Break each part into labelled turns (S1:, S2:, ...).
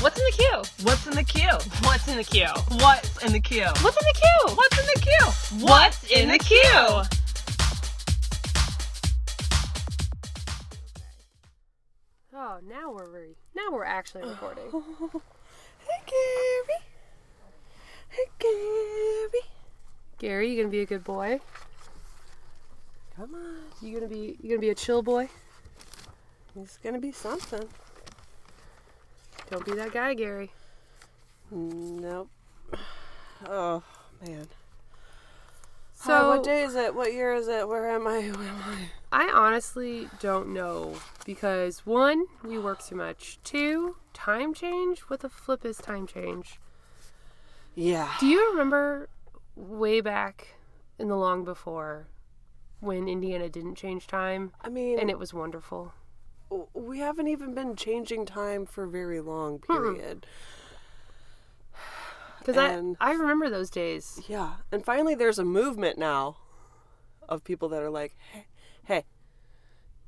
S1: What's in the queue?
S2: What's in the queue? What's in the queue? What's in the queue?
S1: What's in the queue?
S2: What's in the queue?
S1: What's in the queue?
S3: Oh, now we're re- now we're actually recording.
S4: Hey Gary. Hey Gary.
S3: Gary, you gonna be a good boy?
S4: Come on.
S3: You gonna be you gonna be a chill boy?
S4: It's gonna be something.
S3: Don't be that guy, Gary.
S4: Nope. Oh man.
S3: So
S4: Hi, what day is it? What year is it? Where am I? Who am I?
S3: I honestly don't know because one, we work too much. Two, time change. What the flip is time change?
S4: Yeah.
S3: Do you remember way back in the long before when Indiana didn't change time
S4: I mean,
S3: and it was wonderful?
S4: w- we haven't even been changing time for very long period.
S3: Because I
S4: And-
S3: I remember those days.
S4: Yeah. And finally, there's a movement now of people that are like, hey, hey,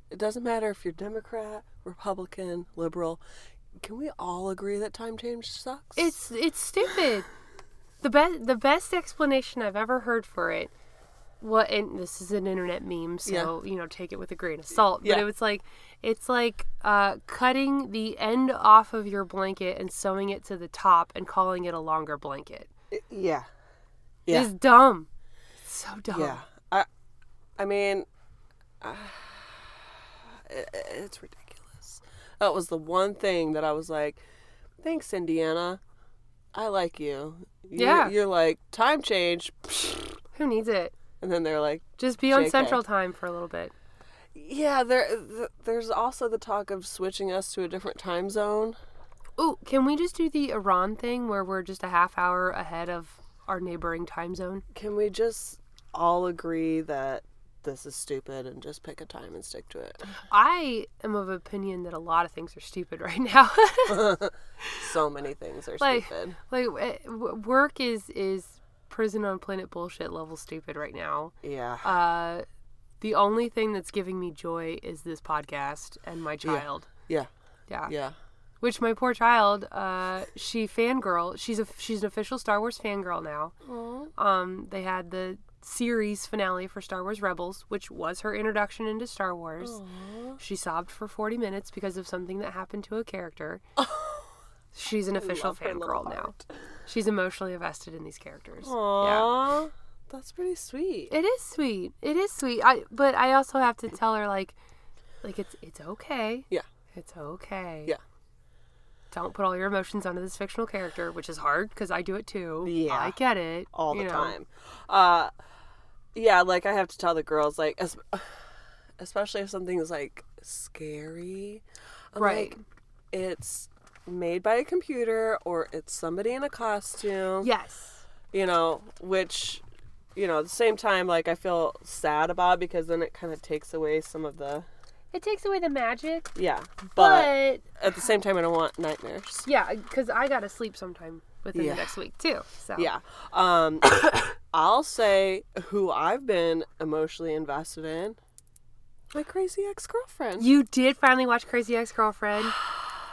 S4: it doesn't matter if you're Democrat, Republican, liberal. Can we all agree that time change sucks?
S3: It's it's stupid. The best the best explanation I've ever heard for it. What and this is an internet meme, so you know take it with a grain of salt.
S4: Yeah.
S3: But it was like it's like uh, cutting the end off of your blanket and sewing it to the top and calling it a longer blanket.
S4: yeah. Yeah.
S3: It's dumb. It's so dumb.
S4: Yeah, Uh-huh. I, I mean, uh, it, it's ridiculous. That was the one thing that I was like, "Thanks, Indiana, I like you." You-
S3: Yeah.
S4: you're like time change,
S3: Who needs it?
S4: and then they're like,
S3: Just be on
S4: JK.
S3: Central Time for a little bit.
S4: "Yeah." There, th- there's also the talk of switching us to a different time zone.
S3: Ooh, can we just do the Iran thing where we're just a half hour ahead of our neighboring time zone?
S4: Can we just all agree that this is stupid and just pick a time and stick to it?
S3: I am of opinion that a lot of things are stupid right now.
S4: So many things are
S3: like,
S4: stupid.
S3: like eh, w- work is is prison on planet bullshit level stupid right now.
S4: Yeah.
S3: Uh, the only thing that's giving me joy is this podcast and my child.
S4: yeah.
S3: Yeah.
S4: Yeah.
S3: Which my poor child, uh, she fangirl. She's a she's an official Star Wars fangirl now. Um, they had the series finale for Star Wars Rebels, which was her introduction into Star Wars. She sobbed for 40 minutes because of something that happened to a character. She's an official fangirl now. She's emotionally invested in these characters. Yeah.
S4: Aw, that's pretty sweet.
S3: It is sweet. It is sweet. I but I also have to tell her like like it's it's okay.
S4: Yeah.
S3: It's okay.
S4: Yeah.
S3: Don't put all your emotions onto this fictional character, which is hard because I do it too.
S4: Yeah.
S3: I get it.
S4: all
S3: you
S4: the
S3: know.
S4: time. Uh, yeah, like I have to tell the girls, like, es- especially if something's like scary, I'm
S3: Right.
S4: like, it's made by a computer or it's somebody in a costume,
S3: Yes.
S4: you know, which, you know, at the same time, like I feel sad about because then it kind of takes away some of the,
S3: It takes away the magic,
S4: yeah, but,
S3: but,
S4: at the same time, I don't want nightmares.
S3: yeah, because I gotta sleep sometime within
S4: Yeah.
S3: the next week too. So
S4: Yeah. Um, I'll say who I've been emotionally invested in. My crazy ex girlfriend.
S3: You did finally watch Crazy Ex-Girlfriend.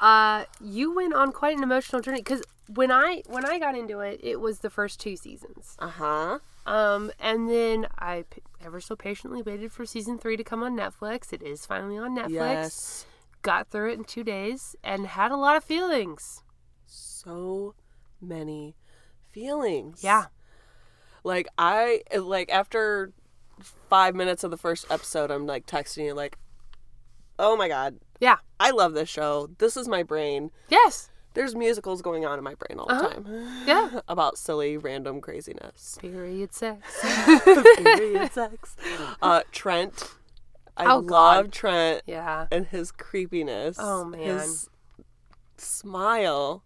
S3: Uh, you went on quite an emotional journey because when I when I got into it, it was the first two seasons.
S4: Uh huh.
S3: Um, and then I p- ever so patiently waited for season three to come on Netflix. It is finally on Netflix.
S4: Yes.
S3: Got through it in two days and had a lot of feelings.
S4: So many feelings.
S3: Yeah.
S4: Like I like after five minutes of the first episode, I'm like texting you like, "Oh my god,
S3: Yeah.
S4: I love this show. This is my brain.
S3: Yes.
S4: There's musicals going on in my brain all the
S3: Uh-huh.
S4: time
S3: Yeah.
S4: about silly, random craziness."
S3: Period sex.
S4: period sex. Uh, Trent. I
S3: Oh,
S4: love
S3: God.
S4: Trent
S3: yeah.
S4: and his creepiness.
S3: Oh, man.
S4: His smile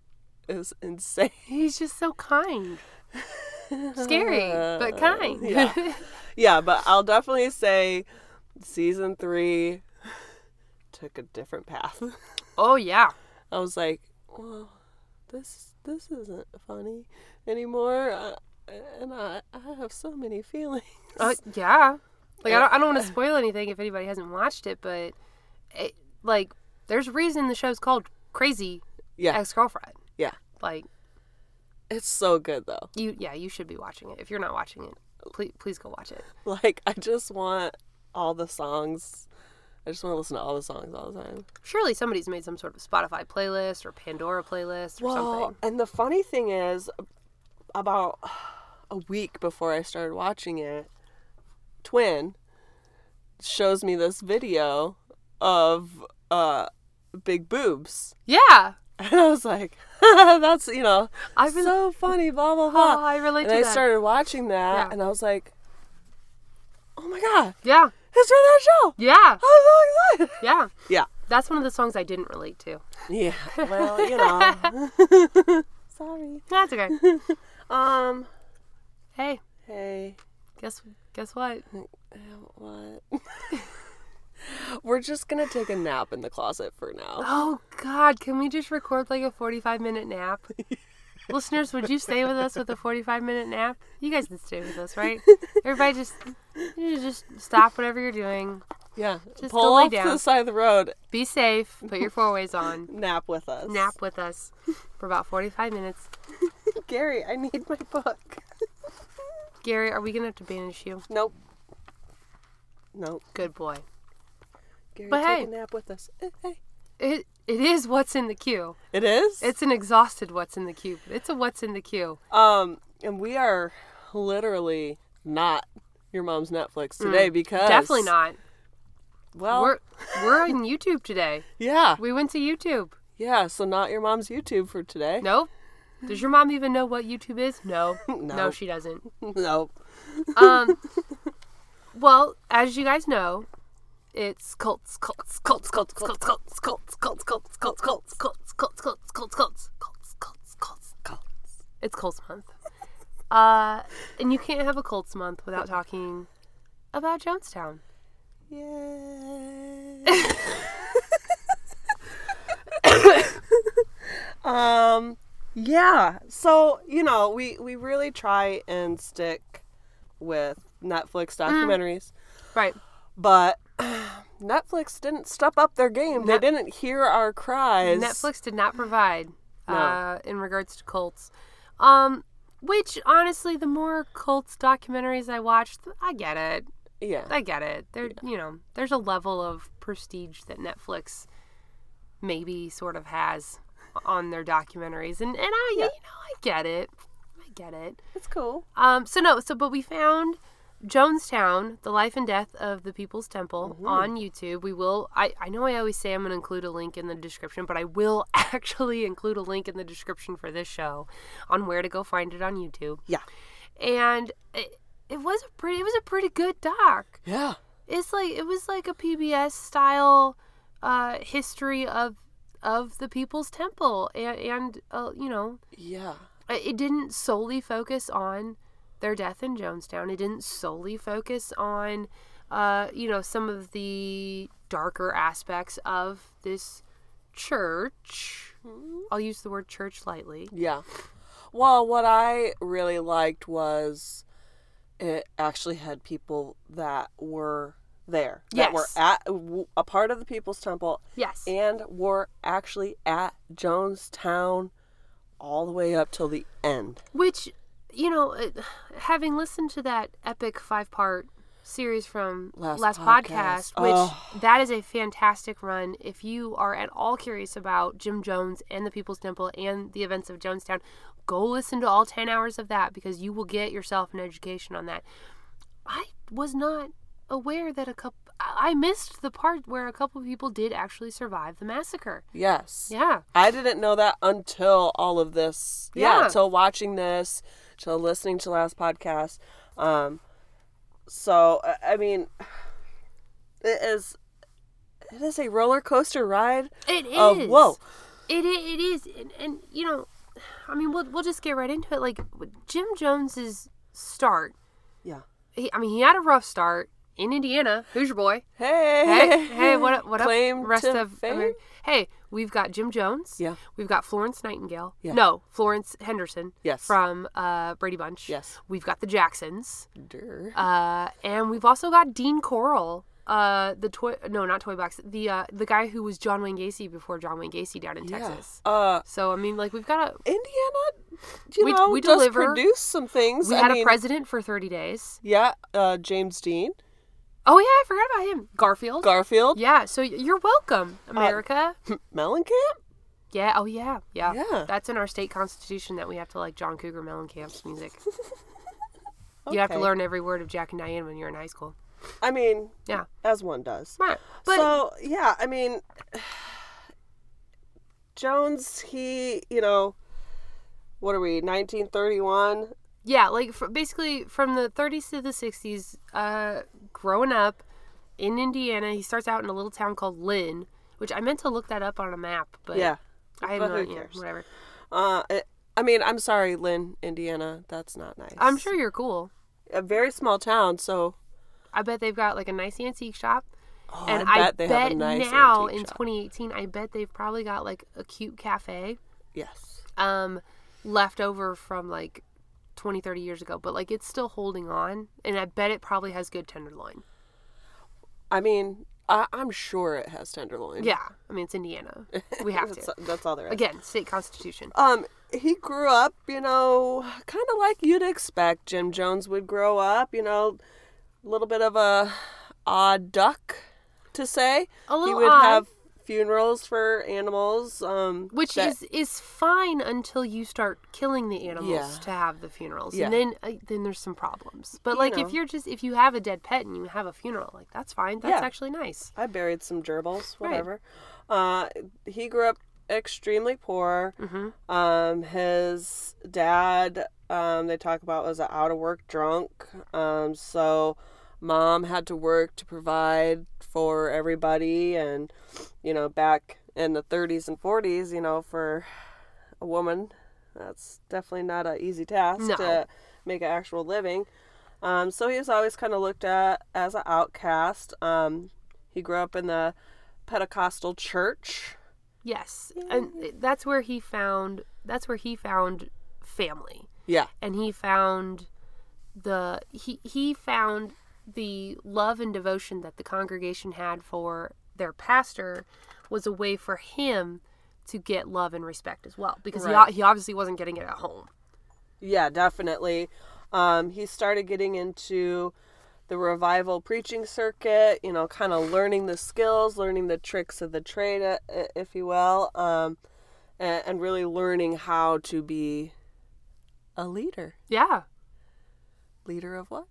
S4: is insane.
S3: He's just so kind. Scary, but kind.
S4: yeah. Yeah, but I'll definitely say season three took a different path.
S3: oh, yeah.
S4: I was like, well, this this isn't funny anymore. Uh, and I, I have so many feelings.
S3: Uh, yeah. Like, I don't, I don't want to spoil anything if anybody hasn't watched it, but it, like, there's a reason the show's called Crazy
S4: Yeah.
S3: Ex Girlfriend. Like
S4: It's so good though.
S3: you, yeah, you should be watching it. If you're not watching it, please, please go watch it.
S4: Like I just want all the songs. I just want to listen to all the songs all the time.
S3: Surely somebody's made some sort of Spotify playlist or Pandora playlist or something.
S4: and the funny thing is, about a week before I started watching it, Twin shows me this video of uh, big boobs,
S3: Yeah,
S4: and I was like, "That's you know,
S3: I
S4: I've
S3: really-
S4: been so funny." Blah blah
S3: oh,
S4: blah.
S3: I relate
S4: and
S3: to
S4: I
S3: that.
S4: started watching that,
S3: Yeah.
S4: and I was like, "Oh my god,
S3: yeah,
S4: it's from that show!"
S3: yeah,
S4: I'm so excited.
S3: yeah.
S4: Yeah.
S3: That's one of the songs I didn't relate to.
S4: Yeah. Well, you know. Sorry.
S3: That's okay.
S4: Um.
S3: hey,
S4: Hey.
S3: guess guess what?
S4: What? We're just gonna take a nap in the closet for now.
S3: Oh God, can we just record like a forty-five minute nap? Listeners, would you stay with us with a forty-five minute nap? You guys can stay with us, right? Everybody, just you just stop whatever you're doing.
S4: Yeah.
S3: Just
S4: Pull
S3: go lay
S4: off to
S3: down.
S4: the side of the road.
S3: Be safe. Put your four ways on.
S4: Nap with us.
S3: Nap with us for about forty-five minutes.
S4: Gary, I need my book.
S3: Gary, are we gonna have to banish you?
S4: Nope. Nope.
S3: Good boy.
S4: Gary,
S3: But
S4: take
S3: hey.
S4: a nap with us. Eh, Hey.
S3: It it is what's in the queue.
S4: It is.
S3: It's an exhausted what's in the queue, but it's a what's in the queue.
S4: um, and we are literally not your mom's Netflix today because
S3: Mm, Definitely not.
S4: Well,
S3: We're we're on YouTube today.
S4: yeah,
S3: We went to YouTube.
S4: yeah. So not your mom's YouTube for today.
S3: No. Does your mom even know what YouTube is? No. no.
S4: No.
S3: she doesn't.
S4: Nope.
S3: Um Well, as you guys know, it's cults, cults, cults, cults, cults, cults, cults, cults, cults, cults, cults, cults, cults, cults, cults, cults, cults, cults, cults, cults. It's cults month. Uh and you can't have a cults month without talking about Jonestown.
S4: Yay. um yeah. So, you know, we we really try and stick with Netflix documentaries,
S3: Right.
S4: but Netflix didn't step up their game. they didn't hear our cries.
S3: Netflix did not provide uh, in regards to cults. Um, which honestly, the more cults documentaries I watched, I get it.
S4: Yeah.
S3: I get it. There, you know, there's a level of prestige that Netflix maybe sort of has on their documentaries, and and I, you know, I get it. I get it.
S4: It's cool.
S3: Um, so no, so but we found Jonestown, the life and death of the People's Temple on YouTube. We will. I I know I always say I'm gonna include a link in the description, but I will actually include a link in the description for this show on where to go find it on YouTube.
S4: Yeah.
S3: And it, it was a pretty it was a pretty good doc.
S4: Yeah.
S3: It's like it was like a PBS style uh, history of of the People's Temple and and uh, you know
S4: Yeah.
S3: uh, it didn't solely focus on their death in Jonestown. It didn't solely focus on, uh, you know, some of the darker aspects of this church. I'll use the word church lightly.
S4: Yeah. Well, what I really liked was it actually had people that were there, that were
S3: Yes.
S4: at w- a part of the People's Temple
S3: Yes.
S4: and were actually at Jonestown all the way up till the end.
S3: Which, you know, uh, having listened to that epic five part series from last,
S4: Last
S3: podcast,
S4: podcast.
S3: which
S4: Oh.
S3: that is a fantastic run. If you are at all curious about Jim Jones and the People's Temple and the events of Jonestown, go listen to all 10 hours of that because you will get yourself an education on that. I was not aware that a couple, I missed the part where a couple people did actually survive the massacre.
S4: Yes.
S3: Yeah.
S4: I didn't know that until all of this. Yeah,
S3: Yeah.
S4: till watching this, till listening to last podcast. Um, so I- I mean, it is it is a roller coaster ride.
S3: It is.
S4: of whoa,
S3: It i- it is, and, and you know, I mean, we'll we'll just get right into it. Like with Jim Jones's start.
S4: Yeah.
S3: He, I mean, he had a rough start in Indiana. Who's your boy?
S4: hey,
S3: Hey, hey, what up, what up,
S4: Claim
S3: rest
S4: to
S3: of
S4: fame?
S3: Ameri- Hey, we've got Jim Jones.
S4: Yeah.
S3: We've got Florence Nightingale.
S4: Yeah.
S3: No, Florence Henderson.
S4: Yes.
S3: From uh, Brady Bunch.
S4: Yes.
S3: We've got the Jacksons.
S4: Durr.
S3: Uh, and we've also got Dean Coral uh, the toy no, not toy box. The uh, the guy who was John Wayne Gacy before John Wayne Gacy down in Texas.
S4: Yeah. Uh,
S3: So I mean, like we've got a
S4: Indiana, you
S3: We-
S4: know,
S3: we
S4: does
S3: deliver.
S4: produce some things.
S3: we
S4: I
S3: had a
S4: mean,
S3: president for thirty days.
S4: Yeah, uh, James Dean,
S3: Oh yeah, I forgot about him. Garfield.
S4: Garfield, Uh,
S3: yeah. So y- you're welcome, America.
S4: Mellencamp.
S3: yeah. Oh yeah. Yeah.
S4: Yeah.
S3: That's in our state constitution that we have to like John Cougar Mellencamp's music. You have to
S4: Okay.
S3: learn every word of Jack and Diane when you're in high school.
S4: I mean,
S3: Yeah.
S4: as one does.
S3: Right. But
S4: so yeah, I mean, Jones, he, you know, what are we? 1931.
S3: yeah, like f basically from the 30s to the 60s, uh, growing up in Indiana, he starts out in a little town called Lynn, which I meant to look that up on a map, but
S4: Yeah.
S3: I have
S4: but
S3: no
S4: who
S3: idea.
S4: cares?
S3: Whatever.
S4: Uh, I- I mean, I'm sorry, Lynn, Indiana. That's not nice.
S3: I'm sure you're cool.
S4: a very small town, so
S3: I bet they've got like a nice antique shop.
S4: oh,
S3: and
S4: I bet they have a nice
S3: now
S4: antique
S3: in
S4: shop.
S3: 2018, I bet they've probably got like a cute cafe
S4: yes,
S3: um, left over from like 20, 30 years ago, but like it's still holding on. And I bet it probably has good tenderloin.
S4: I mean, I, I'm sure it has tenderloin.
S3: Yeah, I mean it's Indiana. We have
S4: that's,
S3: to.
S4: that's all there is.
S3: Again, state constitution.
S4: Um, he grew up, you know, kind of like you'd expect Jim Jones would grow up. You know, a little bit of a odd duck to say. he
S3: A little
S4: would
S3: odd.
S4: have funerals for animals. Um,
S3: Which
S4: that-
S3: is is fine until you start killing the animals
S4: Yeah.
S3: to have the funerals,
S4: Yeah.
S3: and then uh, then there's some problems. But like
S4: know.
S3: if you're just if you have a dead pet and you have a funeral, like that's fine. That's
S4: Yeah.
S3: actually nice.
S4: I buried some gerbils,
S3: Right.
S4: whatever. Uh, he grew up extremely poor. Um, his dad, um, they talk about, was an out of work drunk. Um, so mom had to work to provide for everybody. And, you know, back in the 30s and 40s, you know, for a woman, that's definitely not an easy task
S3: No.
S4: to make an actual living. Um, so he was always kind of looked at as an outcast. Um, he grew up in the Pentecostal church.
S3: Yes, and uh, that's where he found that's where he found family,
S4: Yeah.
S3: and he found the he he found the love and devotion that the congregation had for their pastor was a way for him to get love and respect as well because he
S4: Right.
S3: he, he obviously wasn't getting it at home
S4: Yeah, definitely. Um, he started getting into the revival preaching circuit, you know, kind of learning the skills, learning the tricks of the trade, uh, uh, if you will, um, and, and really learning how to be a leader.
S3: yeah
S4: Leader of what?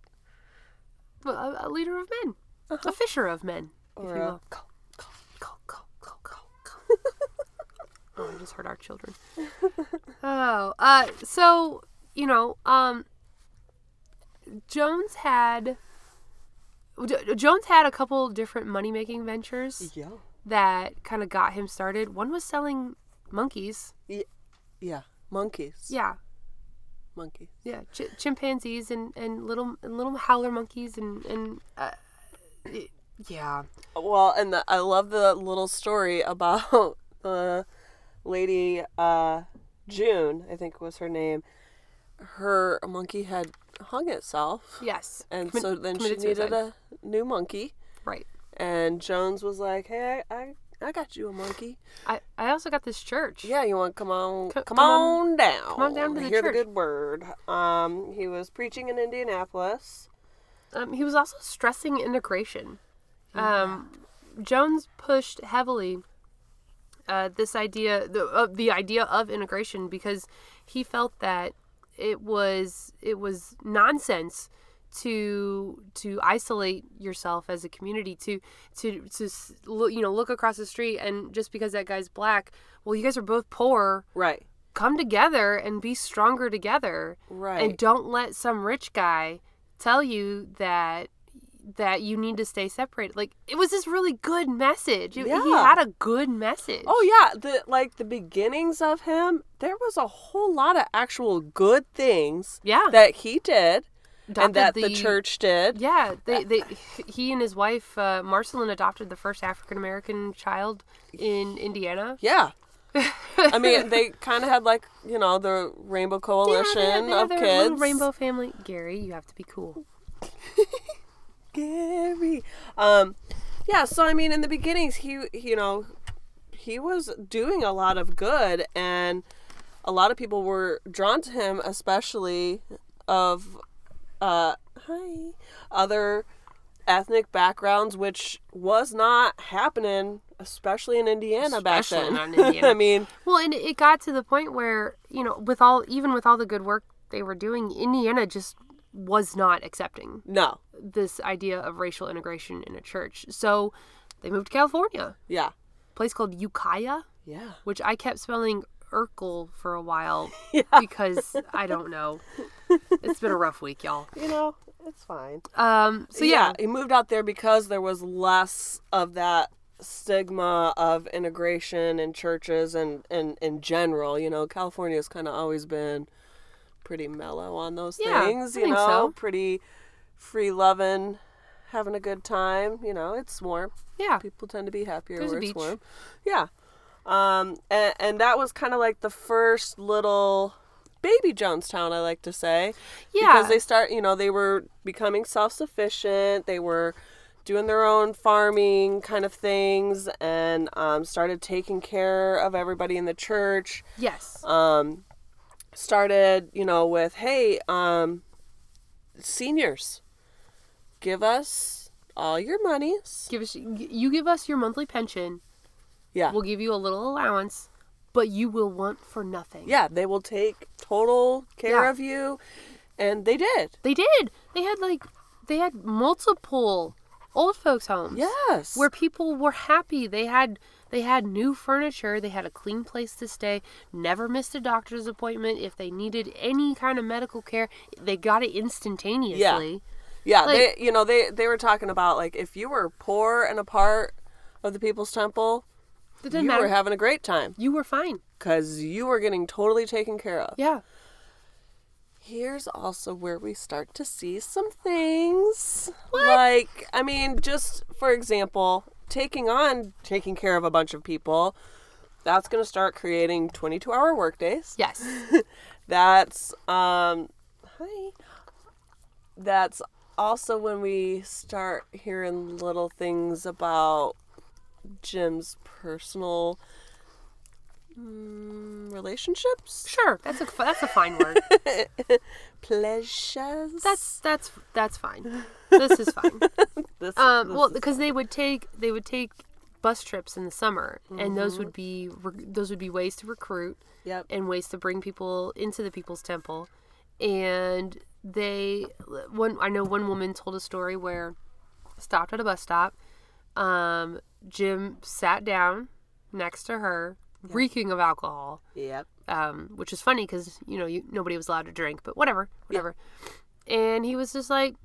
S3: a, a leader of men a fisher of men if
S4: Uh-huh. Or
S3: you
S4: a-
S3: will go go go go go oh i just heard our children oh uh so you know um jones had J- Jones had a couple different money making ventures
S4: Yeah.
S3: that kind of got him started. One was selling monkeys.
S4: Yeah. Monkeys.
S3: Yeah.
S4: Monkeys.
S3: Yeah, ch- chimpanzees and, and little and little howler monkeys and and uh, it- yeah,
S4: Well, and the, I love the little story about the lady uh, June, I think was her name. Her monkey had hung itself,
S3: yes,
S4: and
S3: Commit-
S4: so then she
S3: committed
S4: needed
S3: suicide.
S4: a new monkey.
S3: right.
S4: And Jones was like, "Hey, I, I, I got you a monkey.
S3: I I also got this church.
S4: Yeah, you want to come on,
S3: Co-
S4: come
S3: come
S4: on,
S3: on-
S4: down,
S3: come on down to the
S4: hear
S3: church."
S4: the good word." Um, he was preaching in Indianapolis.
S3: Um, he was also stressing integration. Um, Jones pushed heavily uh, this idea, the uh, the idea of integration, because he felt that it was it was nonsense to to isolate yourself as a community to to to s- loo- you know look across the street and just because that guy's black well you guys are both poor
S4: Right,
S3: come together and be stronger together
S4: right.
S3: and don't let some rich guy tell you that that you need to stay separated like it was this really good message It- he
S4: Yeah.
S3: had a good message
S4: Oh yeah, the like the beginnings of him, there was a whole lot of actual good things
S3: yeah
S4: that he did and
S3: Adopted
S4: that the, church did.
S3: yeah they, they he and his wife uh, marcelin adopted the first african american child in indiana
S4: Yeah. I mean, they kind of had like, you know, the Rainbow
S3: Yeah, they had-
S4: Coalition
S3: they had
S4: of
S3: their
S4: kids.
S3: little rainbow family gary you have to be cool
S4: Gary. Um, yeah. So I mean, in the beginnings, he you know, he was doing a lot of good, and a lot of people were drawn to him, especially of uh, hi, other ethnic backgrounds, which was not happening, especially in Indiana back
S3: Especially
S4: then.
S3: not in Indiana.
S4: I mean,
S3: Well, and it got to the point where, you know, with all even with all the good work they were doing, Indiana just was not accepting
S4: no.
S3: this idea of racial integration in a church. So they moved to California,
S4: Yeah.
S3: a place called Ukiah,
S4: Yeah.
S3: which I kept spelling Urkel for a while because I don't know. It's been a rough week, y'all.
S4: You know, it's fine.
S3: Um, so yeah,
S4: yeah, he moved out there because there was less of that stigma of integration in churches and and in general. You know, California's kind of always been pretty mellow on those
S3: Yeah,
S4: things.
S3: I
S4: You
S3: think
S4: know,
S3: so.
S4: pretty free loving, having a good time. You know, it's warm.
S3: yeah,
S4: People tend to be happier
S3: There's a
S4: where it's
S3: beach.
S4: warm. Yeah, um, and, and that was kind of like the first little baby Jonestown. I like to say
S3: yeah.
S4: because they start you know they were becoming self-sufficient they were doing their own farming kind of things and um, started taking care of everybody in the church
S3: yes,
S4: um, started you know with hey um, seniors give us all your monies
S3: give us you give us your monthly pension.
S4: yeah
S3: We'll give you a little allowance, but you will want for nothing.
S4: yeah they will take total care
S3: Yeah.
S4: of you and they did
S3: They did. They had like they had multiple old folks homes.
S4: yes
S3: Where people were happy. They had they had new furniture, they had a clean place to stay, never missed a doctor's appointment. If they needed any kind of medical care, they got it instantaneously.
S4: Yeah,
S3: Like-
S4: they you know they they were talking about like if you were poor and a part of the people's temple,
S3: It didn't
S4: you
S3: matter.
S4: were having a great time
S3: you were fine.
S4: cuz you were getting totally taken care of.
S3: Yeah.
S4: Here's also where we start to see some things. Like, I mean, just for example, taking on taking care of a bunch of people, that's going to start creating 22-hour workdays.
S3: Yes.
S4: That's um hi. That's also when we start hearing little things about Jim's personal mm, relationships,
S3: Sure. That's a that's a fine word.
S4: pleasures.
S3: That's that's that's fine. This is fine.
S4: this,
S3: Um, well, because they would take they would take bus trips in the summer, and those would
S4: Mm-hmm.
S3: be re- those would be ways to recruit
S4: yep.
S3: and ways to bring people into the people's temple. And they one I know one woman told a story where stopped at a bus stop. Um, Jim sat down next to her, reeking of alcohol
S4: Yep.
S3: um, which is funny because you know you, nobody was allowed to drink, but whatever, whatever. And he was just like,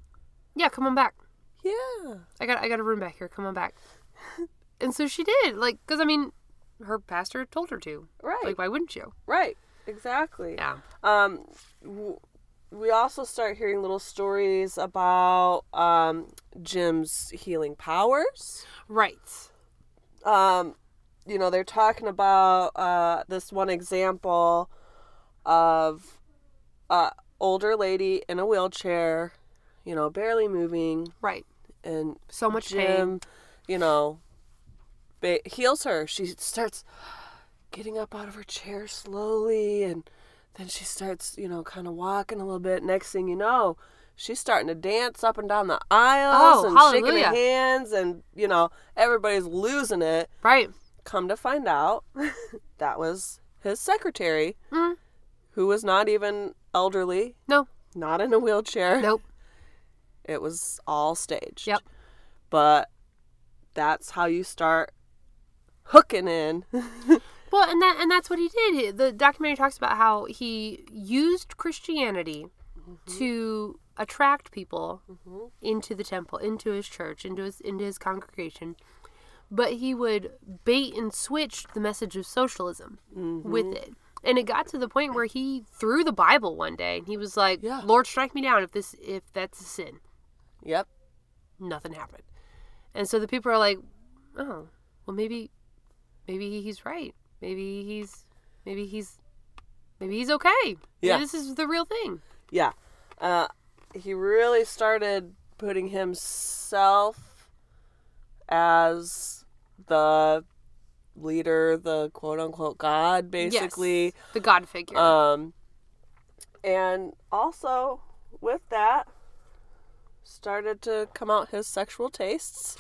S3: "Yeah, come on back.
S4: Yeah.
S3: I got I got a room back here. Come on back." and so she did, like, because I mean, her pastor told her to.
S4: Right.
S3: Like, why wouldn't you?
S4: right. Exactly.
S3: Yeah.
S4: um w- we also start hearing little stories about um Jim's healing powers.
S3: Right.
S4: um, you know, they're talking about uh, this one example of a older lady in a wheelchair, you know, barely moving,
S3: Right.
S4: and
S3: So much pain.
S4: Jim, you know, ba- heals her. She starts getting up out of her chair slowly, and then she starts, you know, kind of walking a little bit. Next thing you know, she's starting to dance up and down the aisles
S3: Oh,
S4: and shaking her
S3: hallelujah.
S4: hands, and you know, everybody's losing it.
S3: Right.
S4: Come to find out, that was his secretary,
S3: Mm.
S4: who was not even elderly,
S3: No.
S4: not in a wheelchair.
S3: Nope.
S4: It was all staged.
S3: Yep.
S4: But that's how you start hooking in.
S3: Well, and that and that's what he did. He- The documentary talks about how he used Christianity to attract people into the temple, into his church, into his into his congregation. But he would bait and switch the message of socialism with it. And it got to the point where he threw the Bible one day and he was like,
S4: Yeah.
S3: "Lord, strike me down if this if that's a sin."
S4: yep.
S3: Nothing happened. And so the people are like, "Oh, well maybe maybe he's right. Maybe he's maybe he's maybe he's okay. Maybe
S4: Yeah.
S3: this is the real thing."
S4: Yeah. Uh, he really started putting himself as the leader, the quote unquote god, basically.
S3: Yes, the god figure.
S4: Um, and also with that, started to come out his sexual tastes.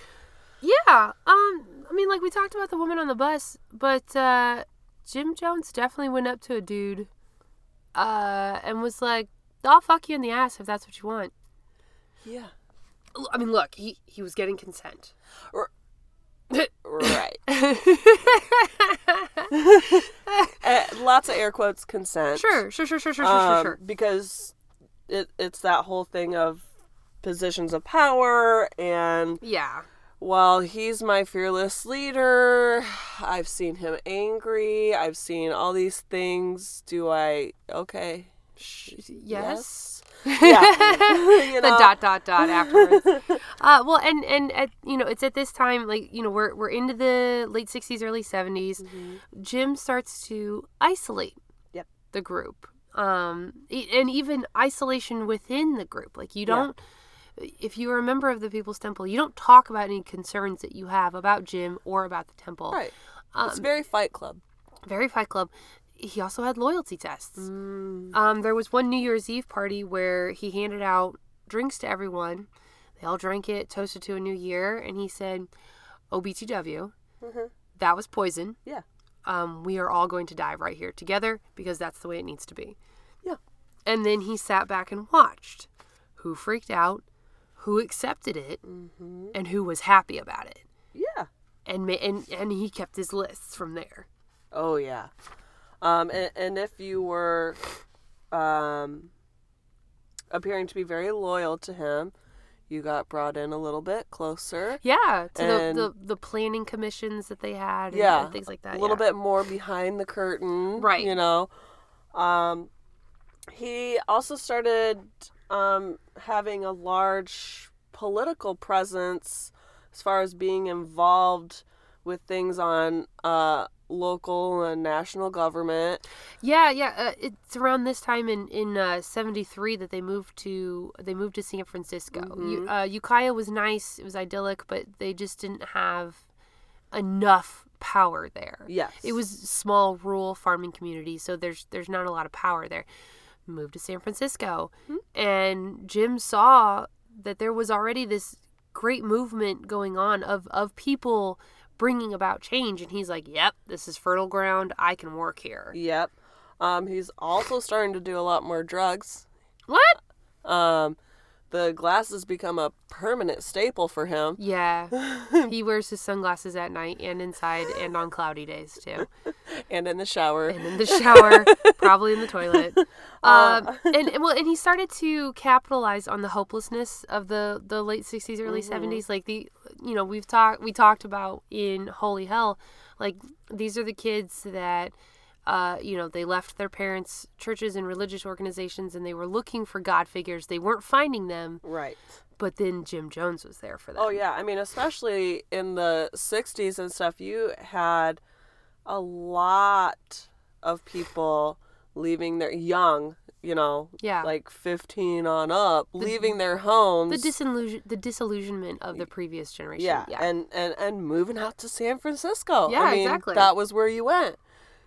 S3: yeah. Um. I mean, like we talked about the woman on the bus, but uh, Jim Jones definitely went up to a dude, uh, and was like, "I'll fuck you in the ass if that's what you want."
S4: Yeah.
S3: L- I mean, look, he he was getting consent.
S4: Right.
S3: sure,
S4: Uh, lots of air quotes consent.
S3: sure, sure, sure, sure, sure,
S4: Um,
S3: sure, sure.
S4: Because it, it's that whole thing of positions of power and
S3: Yeah.
S4: while he's my fearless leader, I've seen him angry, I've seen all these things. Do I okay.
S3: Sh- yes.
S4: Yes. Yeah. you
S3: the
S4: know?
S3: dot dot dot afterwards. uh, well, and and at, you know, it's at this time, like you know, we're we're into the late sixties, early 70s Jim starts to isolate
S4: Mm-hmm. Yep.
S3: the group, um, e- and even isolation within the group. Like you don't. If you are a member of the People's Temple, you don't talk about any concerns that you have about Jim or about the temple. Um,
S4: Right. it's very fight club.
S3: Very Fight Club. He also had loyalty tests. Um, there was one New Year's Eve party where he handed out drinks to everyone. They all drank it, toasted to a new year, and he said, "OBTW, that was poison.
S4: Yeah.
S3: Um, we are all going to die right here together because that's the way it needs to be."
S4: Yeah.
S3: And then he sat back and watched who freaked out, who accepted it, and who was happy about it.
S4: Yeah.
S3: And ma- and and he kept his lists from there.
S4: Oh yeah. Um and, and if you were um appearing to be very loyal to him, you got brought in a little bit closer.
S3: Yeah, to
S4: And-
S3: the, the the planning commissions that they had, and,
S4: yeah
S3: and things like that.
S4: a little
S3: yeah.
S4: bit more behind the curtain
S3: Right.
S4: you know um he also started um having a large political presence as far as being involved with things on uh local and national government
S3: Yeah, yeah. Uh, it's around this time in in uh, '73 that they moved to they moved to San Francisco. You, uh, Ukiah was nice; it was idyllic, but they just didn't have enough power there.
S4: yes
S3: It was small rural farming community, so there's there's not a lot of power there. Moved to San Francisco, and Jim saw that there was already this great movement going on of of people bringing about change, and he's like, "Yep, this is fertile ground. I can work here."
S4: yep um he's also starting to do a lot more drugs
S3: What?
S4: um the glasses become a permanent staple for him
S3: Yeah, he wears his sunglasses at night and inside and on cloudy days too.
S4: and in the shower
S3: and in the shower, probably in the toilet. Um, and and, well, and he started to capitalize on the hopelessness of the the late sixties, early 70s Like the, you know, we've talked we talked about in Holy Hell, like these are the kids that. Uh, you know, they left their parents' churches and religious organizations and they were looking for God figures. They weren't finding them,
S4: right
S3: but then Jim Jones was there for them.
S4: Oh yeah, I mean, especially in the '60s and stuff, you had a lot of people leaving their young, you know,
S3: Yeah.
S4: like 15 on up, leaving their homes.
S3: the disillusion the disillusionment of the previous generation.
S4: yeah,
S3: Yeah.
S4: and and and moving out to San Francisco.
S3: Yeah,
S4: I mean,
S3: exactly.
S4: That was where you went,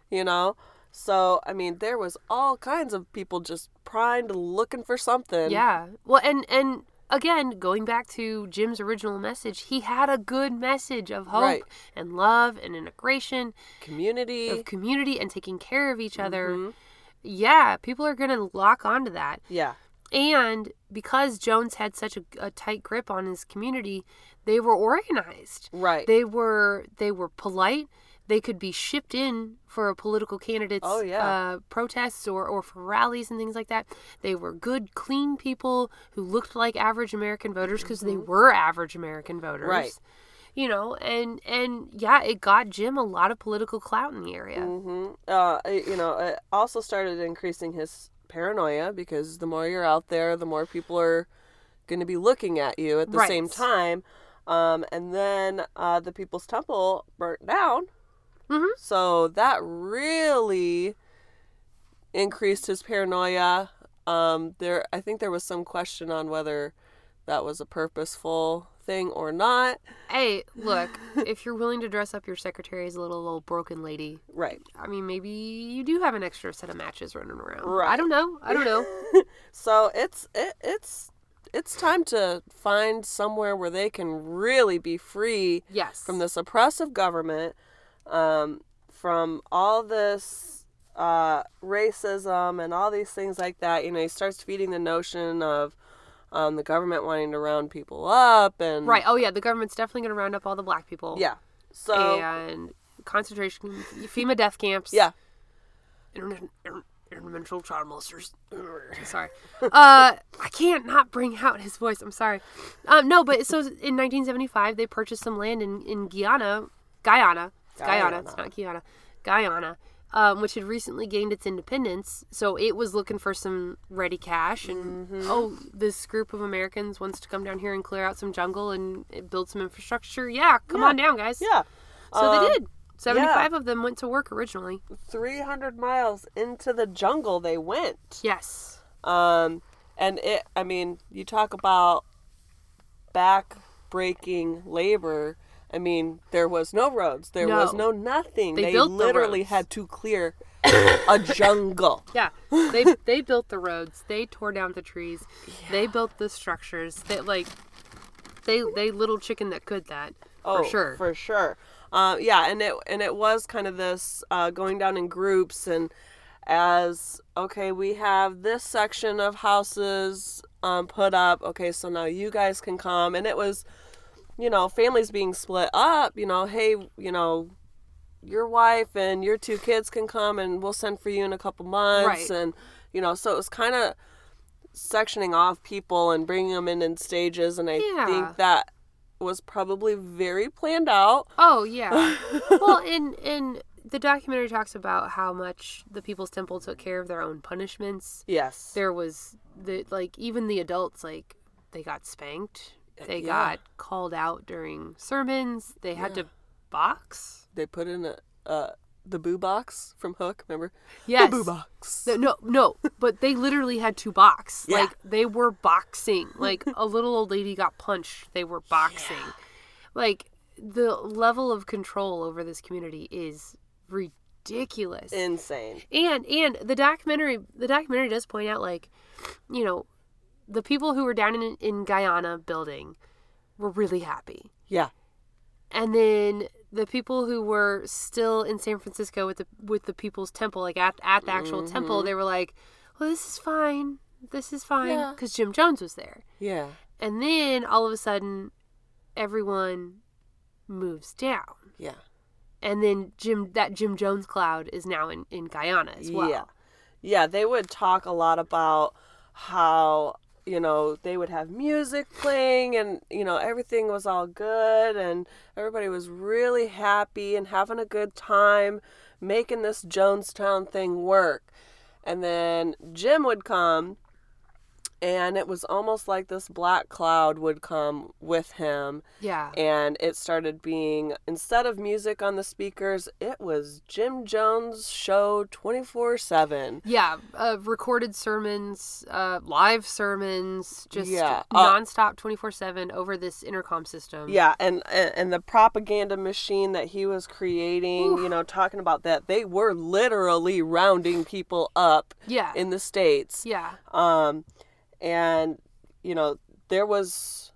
S4: you know. So I mean, there was all kinds of people just primed, looking for something.
S3: Yeah. Well, and and again, going back to Jim's original message, he had a good message of hope
S4: Right.
S3: and love and integration
S4: community.
S3: of community and taking care of each other.
S4: Mm-hmm.
S3: Yeah, people are going to lock onto that.
S4: yeah,
S3: And because Jones had such a, a tight grip on his community, they were organized.
S4: right.
S3: They were they were polite. They could be shipped in for a political candidate's
S4: Oh, yeah.
S3: uh, protests or, or for rallies and things like that. They were good, clean people who looked like average American voters because they were average American voters.
S4: Mm-hmm. Right.
S3: You know, and and yeah, it got Jim a lot of political clout in the area.
S4: Mm-hmm. Uh, it- you know, it also started increasing his paranoia because the more you're out there, the more people are going to be looking at you at the
S3: Right.
S4: same time. Um, and then uh, the People's Temple burnt down.
S3: Mhm.
S4: So that really increased his paranoia. Um, there, I think there was some question on whether that was a purposeful thing or not.
S3: Hey, look, if you're willing to dress up your secretary as a little old broken lady,
S4: Right.
S3: I mean, maybe you do have an extra set of matches running around. I
S4: Right.
S3: don't know. I don't know.
S4: So it's it, it's it's time to find somewhere where they can really be free
S3: Yes.
S4: from this oppressive government, um, from all this uh, racism and all these things like that. You know, he starts feeding the notion of um, the government wanting to round people up and
S3: Right. Oh yeah, the government's definitely going to round up all the black people.
S4: Yeah. So
S3: and concentration FEMA death camps.
S4: yeah,
S3: Internet- inter- Interdimensional child molesters. sorry. Uh, I can't not bring out his voice. I'm sorry. Um, no, but so in 1975, they purchased some land in, in Guyana. Guyana. It's Guyana. It's not Guyana. Guyana, um, which had recently gained its independence. So it was looking for some ready cash. And
S4: Mm-hmm.
S3: oh, this group of Americans wants to come down here and clear out some jungle and eh, build some infrastructure. Yeah, come on down, guys.
S4: yeah.
S3: So
S4: Um,
S3: they did. 75 of them went to work originally.
S4: 300 miles into the jungle they went.
S3: Yes.
S4: Um, and it, I mean, you talk about back breaking labor. I mean, there was no roads, there was no
S3: No.
S4: nothing.
S3: They
S4: They,
S3: built the
S4: literally
S3: roads.
S4: had to clear a jungle.
S3: Yeah, they they built the roads, they tore down the trees, they built the structures. They like, they they little chicken that could that for sure.
S4: Oh, for sure. Uh, yeah, and it and it was kind of this uh, going down in groups and as okay, we have this section of houses um, put up. Okay, so now you guys can come, and it was, you know, families being split up. You know, hey, you know, your wife and your two kids can come, and we'll send for you in a couple months,
S3: Right.
S4: and you know, so it was kind of sectioning off people and bringing them in in stages, and I
S3: Yeah.
S4: think that was probably very planned out.
S3: oh yeah. well, in in the documentary talks about how much the People's Temple took care of their own punishments.
S4: Yes.
S3: There was the like even the adults like they got spanked, they
S4: Uh, yeah.
S3: got called out during sermons, they had to box.
S4: They put in a, uh, the boo box from Hook, remember?
S3: Yes.
S4: The boo box.
S3: No, no, no, but they literally had to box.
S4: Yeah.
S3: Like they were boxing. Like a little old lady got punched. They were boxing. Like the level of control over this community is ridiculous.
S4: Insane.
S3: and and the documentary the documentary does point out like, you know, the people who were down in in Guyana building were really happy.
S4: Yeah.
S3: And then the people who were still in San Francisco with the with the people's temple, like at, at the actual
S4: Mm-hmm.
S3: temple, they were like, "Well, this is fine. This is fine,"
S4: Yeah.
S3: because Jim Jones was there.
S4: Yeah.
S3: And then all of a sudden, everyone moves down,
S4: Yeah.
S3: and then Jim that Jim Jones cloud is now in in Guyana as well.
S4: Yeah. Yeah, they would talk a lot about how, you know, they would have music playing and, you know, everything was all good and everybody was really happy and having a good time making this Jonestown thing work. And then Jim would come and it was almost like this black cloud would come with him
S3: Yeah.
S4: and it started being instead of music on the speakers it was jim jones show 24-7
S3: Yeah, uh, recorded sermons, uh, live sermons, just
S4: Yeah, uh,
S3: nonstop, twenty four seven over this intercom system.
S4: yeah and, and and the propaganda machine that he was creating you know talking about that they were literally rounding people up
S3: yeah,
S4: in the states
S3: yeah.
S4: um and you know there was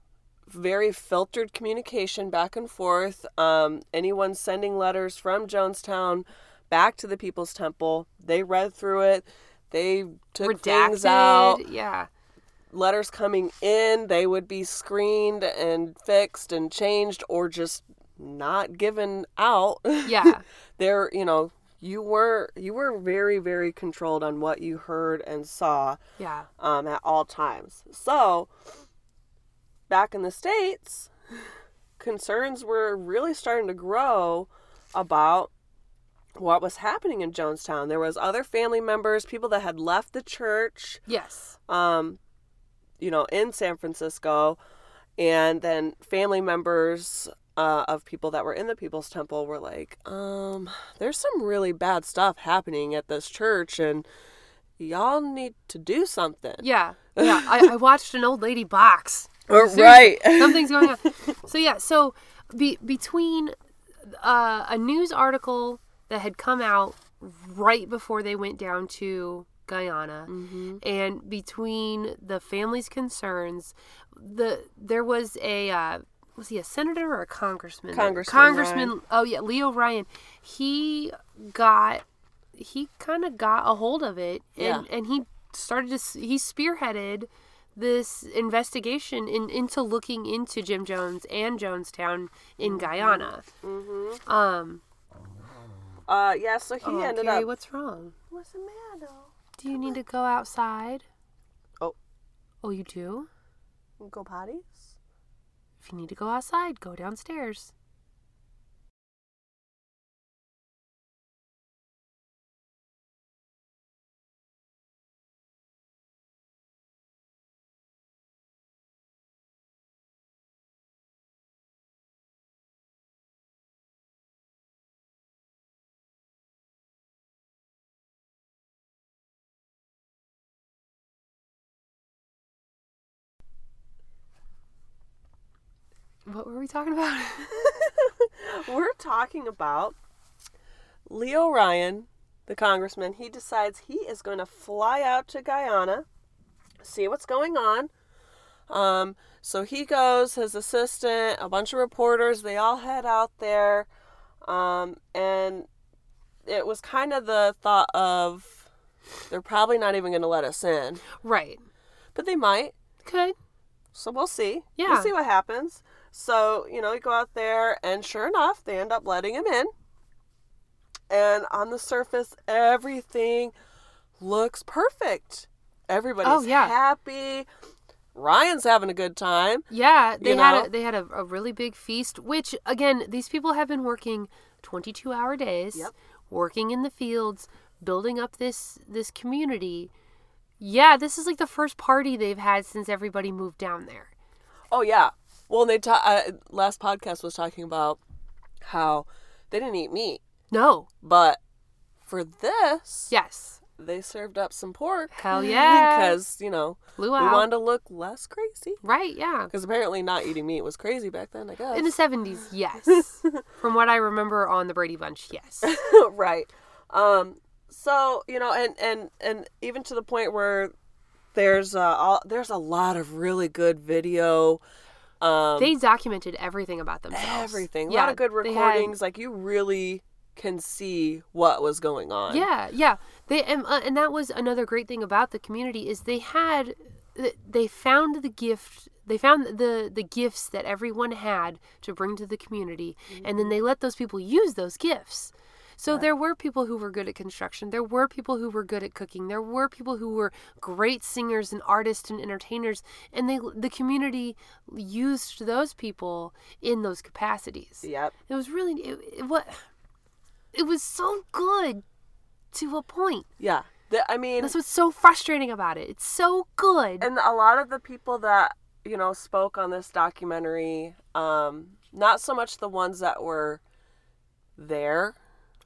S4: very filtered communication back and forth um anyone sending letters from jonestown back to the people's temple they read through it they took things
S3: redacted.
S4: out
S3: Yeah.
S4: letters coming in they would be screened and fixed and changed or just not given out
S3: Yeah.
S4: there you know you were you were very very controlled on what you heard and saw
S3: Yeah.
S4: um, at all times. So, back in the States, concerns were really starting to grow about what was happening in Jonestown. There was other family members, people that had left the church,
S3: Yes.
S4: um, you know, in San Francisco, and then family members uh, of people that were in the People's Temple were like, um, "There's some really bad stuff happening at this church, and y'all need to do something."
S3: Yeah. Yeah. I, I watched an old lady box.
S4: Or,
S3: Seriously,
S4: right.
S3: Something's going on. So yeah, so be, between uh, a news article that had come out right before they went down to Guyana, and between the family's concerns, the there was a uh, was he a senator or a congressman?
S4: Congressman
S3: Congressman. Oh yeah, Leo Ryan. He got he kind of got a hold of it and, and he started to s- he spearheaded this investigation in, into looking into jim jones and jonestown
S4: Mm-hmm.
S3: in guyana um
S4: Uh, yeah, so Mm-hmm. he
S3: oh,
S4: ended
S3: Carrie,
S4: up.
S3: what's wrong
S4: What's the matter?
S3: do you need to go outside
S4: Oh.
S3: oh you do
S4: Go potties?
S3: if you need to go outside go downstairs what were we talking about
S4: We're talking about Leo Ryan, the congressman. He decides he is going to fly out to Guyana, see what's going on. Um, so he goes, his assistant, a bunch of reporters, they all head out there. Um, and it was kind of the thought of they're probably not even going to let us in,
S3: right
S4: but they might.
S3: good
S4: So we'll see.
S3: Yeah.
S4: We'll see what happens. So, you know, we go out there, and sure enough, they end up letting him in. And on the surface, everything looks perfect. Everybody's
S3: Oh, yeah.
S4: happy. Ryan's having a good time.
S3: yeah they
S4: You
S3: had
S4: know?
S3: a, they had a, a really big feast which again these people have been working 22 hour days
S4: Yep.
S3: working in the fields building up this this community yeah this is like the first party they've had since everybody moved down there
S4: Oh, yeah. Well, they ta- uh, last podcast was talking about how they didn't eat meat,
S3: no
S4: but for this,
S3: yes
S4: they served up some pork.
S3: Hell yeah.
S4: Because, you know, we
S3: luau
S4: wanted to look less crazy.
S3: right yeah
S4: Because apparently not eating meat was crazy back then, I guess.
S3: in the 70s yes from what i remember on the brady bunch yes
S4: right. Um, so, you know, and, and, and even to the point where there's uh, all, there's a lot of really good video. Um,
S3: they documented everything about themselves
S4: everything. A
S3: yeah,
S4: lot of good
S3: they had-
S4: recordings. Like, you really can see what was going on.
S3: Yeah, yeah. They and, uh, and that was another great thing about the community is they had th- they found the gift they found the the gifts that everyone had to bring to the community and then they let those people use those gifts. So there were people who were good at construction. There were people who were good at cooking. There were people who were great singers and artists and entertainers and they the community used those people in those capacities.
S4: Yep.
S3: It was really it, it what it was so good to a point.
S4: Yeah. The, I mean,
S3: That's what's so frustrating about it. It's so good.
S4: and a lot of the people that you know spoke on this documentary um not so much the ones that were there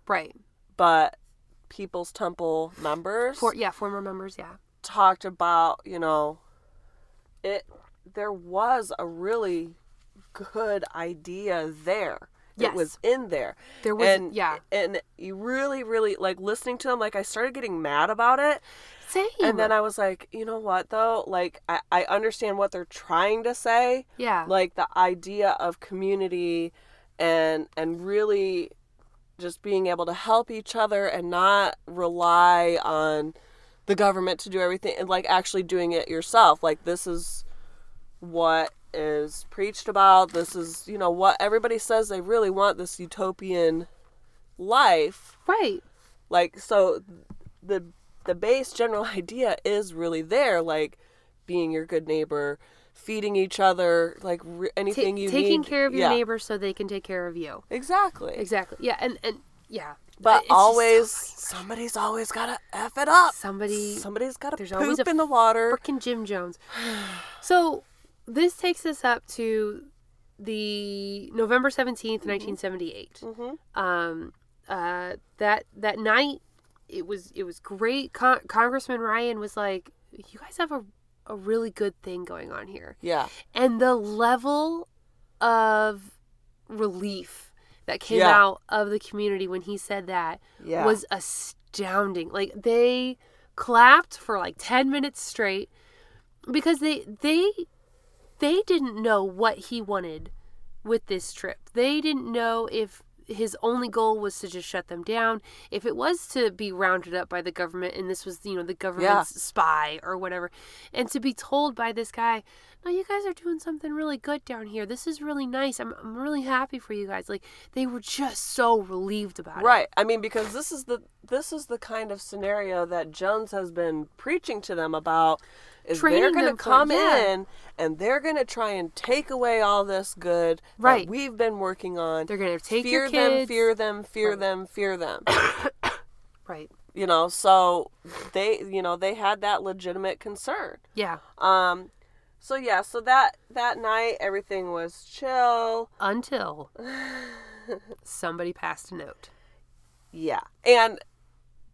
S3: Right.
S4: but people's temple members
S3: For yeah, former members, yeah.
S4: talked about you know it there was a really good idea there
S3: Yes.
S4: it was in there
S3: There was
S4: and
S3: yeah.
S4: and you really really like listening to them like i started getting mad about it
S3: Same.
S4: and then i was like you know what though like i, I understand what they're trying to say
S3: yeah.
S4: like the idea of community and and really just being able to help each other and not rely on the government to do everything and like actually doing it yourself like this is what is preached about this is you know what everybody says they really want this utopian life
S3: right.
S4: like so the the base general idea is really there like being your good neighbor feeding each other like re-
S3: Ta-
S4: anything you
S3: taking
S4: need
S3: care of your
S4: yeah,
S3: neighbors so they can take care of you.
S4: exactly
S3: Exactly. Yeah, and and yeah.
S4: but
S3: It's just so
S4: always somebody's always gotta f it up
S3: Somebody-
S4: somebody's gotta
S3: there's
S4: poop
S3: always a
S4: in the water
S3: Frickin' Jim Jones. So this takes us up to the November 17th,
S4: Mm-hmm.
S3: 1978. Um, uh, that that night, it was it was great. Con- Congressman Ryan was like, "You guys have a a really good thing going on here.
S4: Yeah.
S3: and the level of relief that came
S4: Yeah.
S3: out of the community when he said that
S4: Yeah.
S3: was astounding. Like they clapped for like 10 minutes straight because they they they didn't know what he wanted with this trip. They didn't know if his only goal was to just shut them down, if it was to be rounded up by the government and this was, you know, the government's spy or whatever. And to be told by this guy, "No, you guys are doing something really good down here. This is really nice. I'm I'm really happy for you guys." Like they were just so relieved about it.
S4: Right. I mean, because this is the this is the kind of scenario that Jones has been preaching to them about. Is they're going
S3: Training
S4: to
S3: them for-
S4: come
S3: yeah.
S4: in and they're going to try and take away all this good
S3: Right.
S4: that we've been working on.
S3: They're going to take
S4: fear
S3: your kids.
S4: them, fear them, fear them, fear them.
S3: Right.
S4: you know, so they you know they had that legitimate concern.
S3: Yeah.
S4: Um, so yeah, so that that night everything was chill.
S3: Until somebody passed a note.
S4: Yeah. And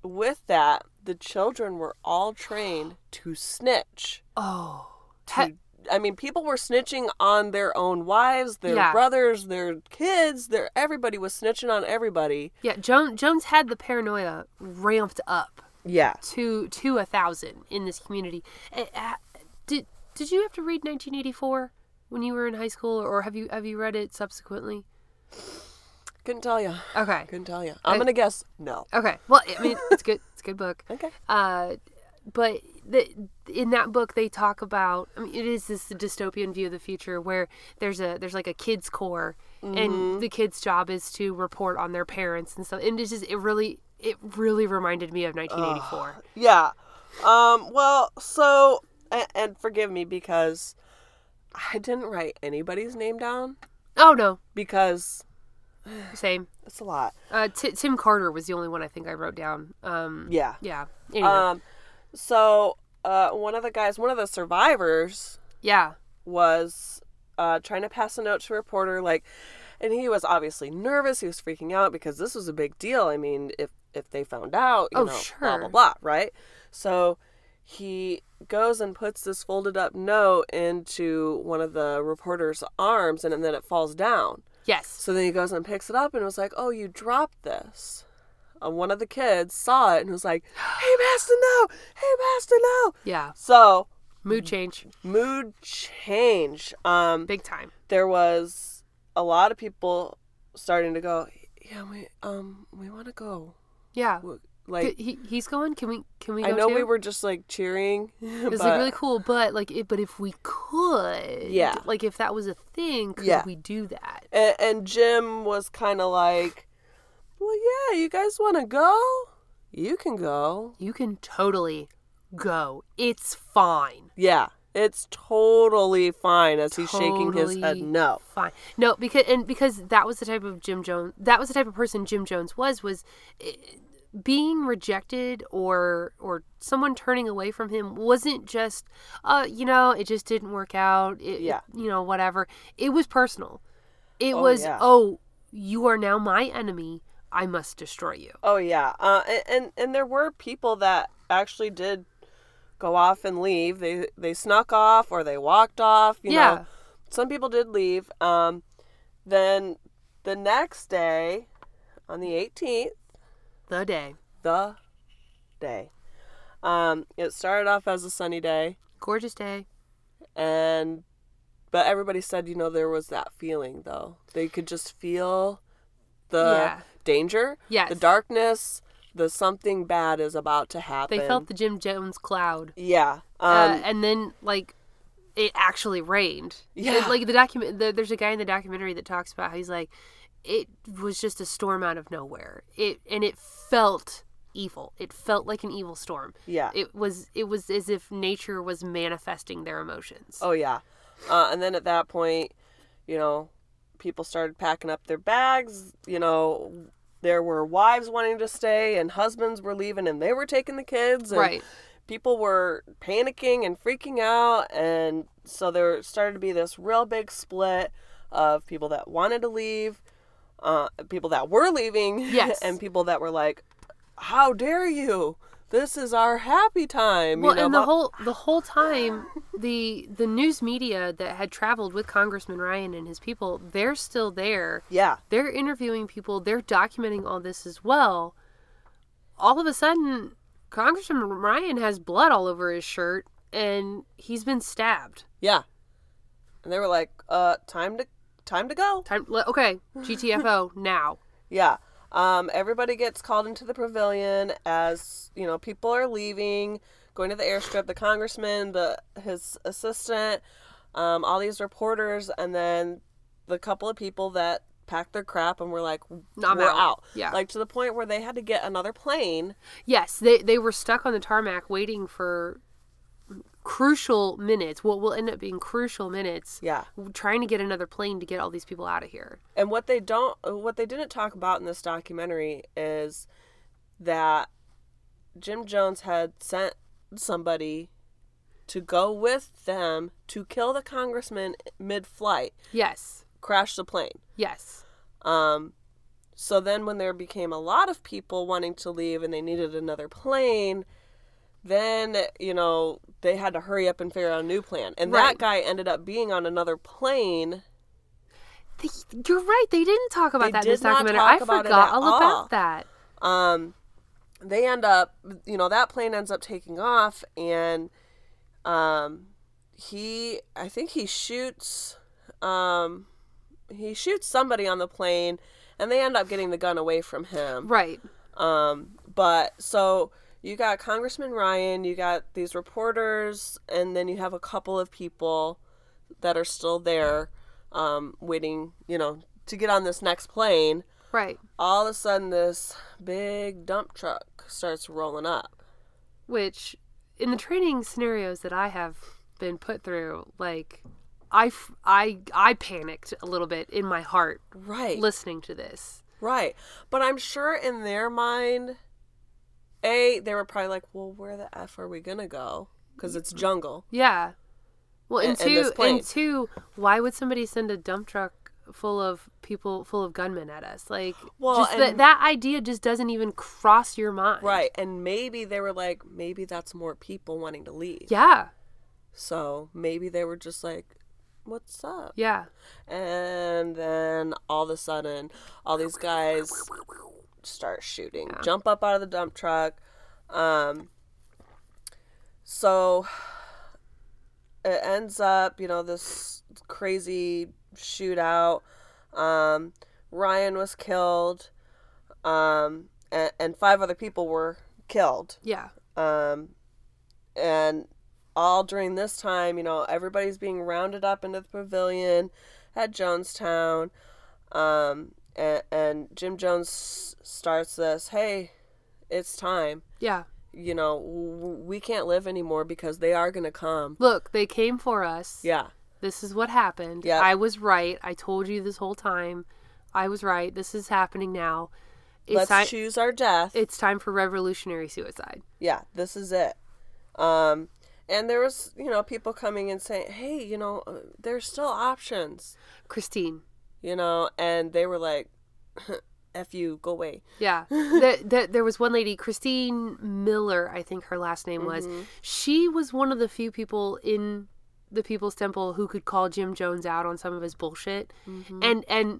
S4: with that, the children were all trained to snitch.
S3: Oh.
S4: To, I mean, people were snitching on their own wives, their
S3: Yeah.
S4: brothers, their kids, their everybody was snitching on everybody.
S3: Yeah, Jones Jones had the paranoia ramped up
S4: Yeah.
S3: to to a thousand in this community. Eh, eh, Did did you have to read 1984 when you were in high school, or have you have you read it subsequently?
S4: Couldn't tell you.
S3: Okay,
S4: Couldn't tell you. I'm
S3: I-
S4: going to guess no.
S3: okay. Well, I mean, it's good. It's a good book.
S4: Okay.
S3: Uh, but the, in that book, they talk about. I mean, it is this dystopian view of the future where there's a there's like a kids corps, and the kids' job is to report on their parents and stuff. And it's just it really it really reminded me of 1984.
S4: Yeah. Um, well, so, and, and forgive me because I didn't write anybody's name down
S3: Oh no,
S4: because
S3: same.
S4: it's a lot.
S3: Uh, Ti Tim Carter was the only one I think I wrote down. Um,
S4: Yeah.
S3: yeah. Anyway.
S4: Um, so uh, one of the guys, one of the survivors,
S3: yeah.
S4: was uh, trying to pass a note to a reporter, like, and he was obviously nervous. He was freaking out because this was a big deal. I mean, if if they found out, you
S3: Oh,
S4: know, blah blah
S3: sure.
S4: blah, right? So he goes and puts this folded up note into one of the reporter's arms, and, and then it falls down.
S3: Yes.
S4: So then he goes and picks it up and was like, "Oh, you dropped this." And one of the kids saw it and was like, "Hey, Master, no! Hey, Master, no!"
S3: Yeah.
S4: So Mm-hmm.
S3: Mood change,
S4: mood change. Um,
S3: big time.
S4: there was a lot of people starting to go. Yeah, we um we want to go.
S3: Yeah.
S4: W- Like
S3: he, he's going. Can we? Can we? Go
S4: I know
S3: too?
S4: we were just like cheering.
S3: It was like really cool, but like, it, but if we could,
S4: Yeah.
S3: Like if that was a thing, could
S4: Yeah.
S3: we do that?
S4: And, and Jim was kind of like, "Well, yeah, you guys want to go? You can go.
S3: You can totally go. It's fine.
S4: Yeah, it's totally fine as he's shaking his head
S3: Totally
S4: no.
S3: fine no because and because that was the type of jim jones that was the type of person jim jones was was eh, being rejected or or someone turning away from him wasn't just uh you know it just didn't work out it,
S4: Yeah.
S3: it- you know whatever it was personal it
S4: Oh,
S3: was
S4: yeah.
S3: oh you are now my enemy i must destroy you
S4: Oh yeah, uh, and, and and there were people that actually did go off and leave. They they snuck off or they walked off. You
S3: yeah
S4: know, some people did leave. Um, then the next day, on the 18th,
S3: the day
S4: the day, um, it started off as a sunny day,
S3: gorgeous day
S4: and but everybody said you know there was that feeling though. They could just feel the
S3: Yeah.
S4: danger.
S3: yes
S4: the darkness, the something bad is about to happen.
S3: they felt the jim jones cloud
S4: yeah, um,
S3: uh, and then like it actually rained.
S4: Yeah.
S3: It- like the document. The, there's a guy in the documentary that talks about how he's like, it was just a storm out of nowhere. It and it felt evil. It felt like an evil storm.
S4: yeah.
S3: It was. It was as if nature was manifesting their emotions.
S4: oh yeah, uh, and then at that point, you know, people started packing up their bags. You know, there were wives wanting to stay, and husbands were leaving, and they were taking the kids. And
S3: right.
S4: People were panicking and freaking out, and so there started to be this real big split of people that wanted to leave. Uh, people that were leaving
S3: Yes.
S4: and people that were like how dare you This is our happy time.
S3: Well,
S4: you know,
S3: and the
S4: but-
S3: whole the whole time, the the news media that had traveled with Congressman Ryan and his people, they're still there.
S4: yeah,
S3: They're interviewing people. They're documenting all this as well. All of a sudden, Congressman Ryan has blood all over his shirt, and he's been stabbed.
S4: yeah. And they were like, "Uh, time to time to go."
S3: Time. le- Okay, GTFO now.
S4: Yeah. Um, everybody gets called into the pavilion as you know people are leaving, going to the airstrip. The congressman, the his assistant, um, all these reporters, and then the couple of people that packed their crap and were like,
S3: I'm
S4: "We're
S3: out."
S4: out.
S3: Yeah.
S4: Like to the point where they had to get another plane.
S3: Yes, they they were stuck on the tarmac waiting for crucial minutes. What will end up being crucial minutes.
S4: Yeah.
S3: trying to get another plane to get all these people out of here.
S4: And what they don't, what they didn't talk about in this documentary is that Jim Jones had sent somebody to go with them to kill the congressman mid-flight,
S3: Yes.
S4: crash the plane.
S3: Yes.
S4: Um, so then, when there became a lot of people wanting to leave and they needed another plane, then you know they had to hurry up and figure out a new plan. And that
S3: Right.
S4: guy ended up being on another plane.
S3: They, you're right. They didn't talk about
S4: They
S3: that in this
S4: did not
S3: documentary.
S4: talk
S3: I
S4: about it
S3: forgot
S4: at
S3: all,
S4: all.
S3: about that.
S4: um, they end up, you know, that plane ends up taking off, and um, he, I think he shoots, um, he shoots somebody on the plane, and they end up getting the gun away from him.
S3: Right.
S4: Um, but so you got Congressman Ryan, you got these reporters, and then you have a couple of people that are still there, um, waiting, you know, to get on this next plane
S3: Right.
S4: all of a sudden this big dump truck starts rolling up.
S3: Which, in the training scenarios that I have been put through, like, I, f- I, I panicked a little bit in my heart
S4: Right.
S3: listening to this.
S4: Right. But I'm sure in their mind, A, they were probably like, well, where the F are we going to go? Because it's jungle.
S3: Yeah. Well, and
S4: And- and
S3: two,
S4: this
S3: and,
S4: plane.
S3: two, why would somebody send a dump truck full of people, full of gunmen at us? Like,
S4: Well,
S3: just that
S4: and-
S3: that idea just doesn't even cross your mind.
S4: Right. And maybe they were like, maybe that's more people wanting to leave.
S3: Yeah.
S4: So maybe they were just like, what's up?
S3: Yeah.
S4: And then all of a sudden, all these guys start shooting, jump up out of the dump truck. Um, so it ends up, you know, this crazy shootout. Um, Ryan was killed, um, and, and five other people were killed.
S3: Yeah.
S4: Um, and all during this time, you know, everybody's being rounded up into the pavilion at Jonestown. Um, and, and Jim Jones s- starts this hey, it's time.
S3: Yeah.
S4: You know, w- we can't live anymore because they are going to come.
S3: Look, they came for us.
S4: Yeah.
S3: This is what happened.
S4: Yeah.
S3: I was right. I told you this whole time. I was right. This is happening now. It's
S4: Let's
S3: time
S4: choose our death.
S3: it's time for revolutionary suicide.
S4: yeah, this is it. Um, and there was, you know, people coming and saying, hey, you know, uh, there's still options,
S3: Christine.
S4: you know, and they were like, F you, go away.
S3: Yeah. there, there, there was one lady, Christine Miller, I think her last name was. She was one of the few people in the People's Temple who could call Jim Jones out on some of his bullshit. And and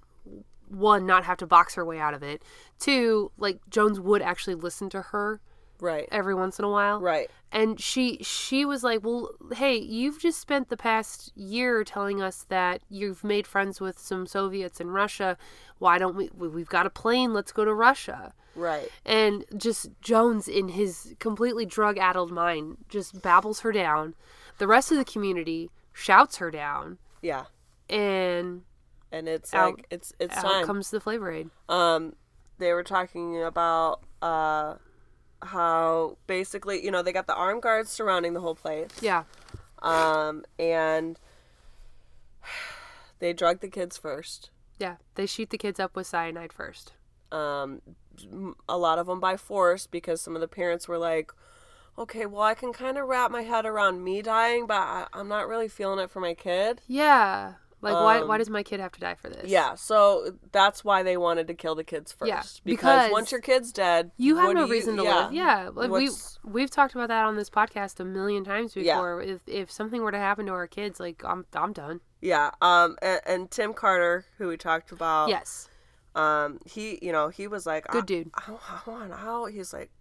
S3: one, not have to box her way out of it. Two, like Jones would actually listen to her
S4: Right.
S3: every once in a while.
S4: Right.
S3: and she she was like well hey you've just spent the past year telling us that you've made friends with some soviets in russia why don't we we- we've got a plane let's go to russia
S4: Right.
S3: and just jones in his completely drug addled mind just babbles her down the rest of the community shouts her down
S4: Yeah.
S3: and
S4: And it's
S3: Out-
S4: like it's it's
S3: out
S4: time.
S3: comes the flavor aid
S4: um they were talking about uh how basically, you know, they got the armed guards surrounding the whole place.
S3: yeah
S4: Um and they drugged the kids first.
S3: yeah they shoot the kids up with cyanide first
S4: Um a lot of them by force because some of the parents were like Okay, well, I can kind of wrap my head around me dying, but I, I'm not really feeling it for my kid.
S3: yeah Like, why, why does my kid have to die for this?
S4: Yeah, so that's why they wanted to kill the kids first.
S3: Yeah,
S4: because,
S3: because
S4: once your kid's dead,
S3: You have
S4: what
S3: no
S4: do
S3: reason to live. Yeah. Like we,
S4: What's-
S3: we've talked about that on this podcast a million times
S4: Yeah.
S3: before. If, if something were to happen to our kids, like, I'm, I'm done.
S4: yeah. Um, and, and Tim Carter, who we talked about,
S3: Yes.
S4: um, he, you know, he was like,
S3: Good
S4: Uh, I,
S3: dude.
S4: I, I want out. He's like,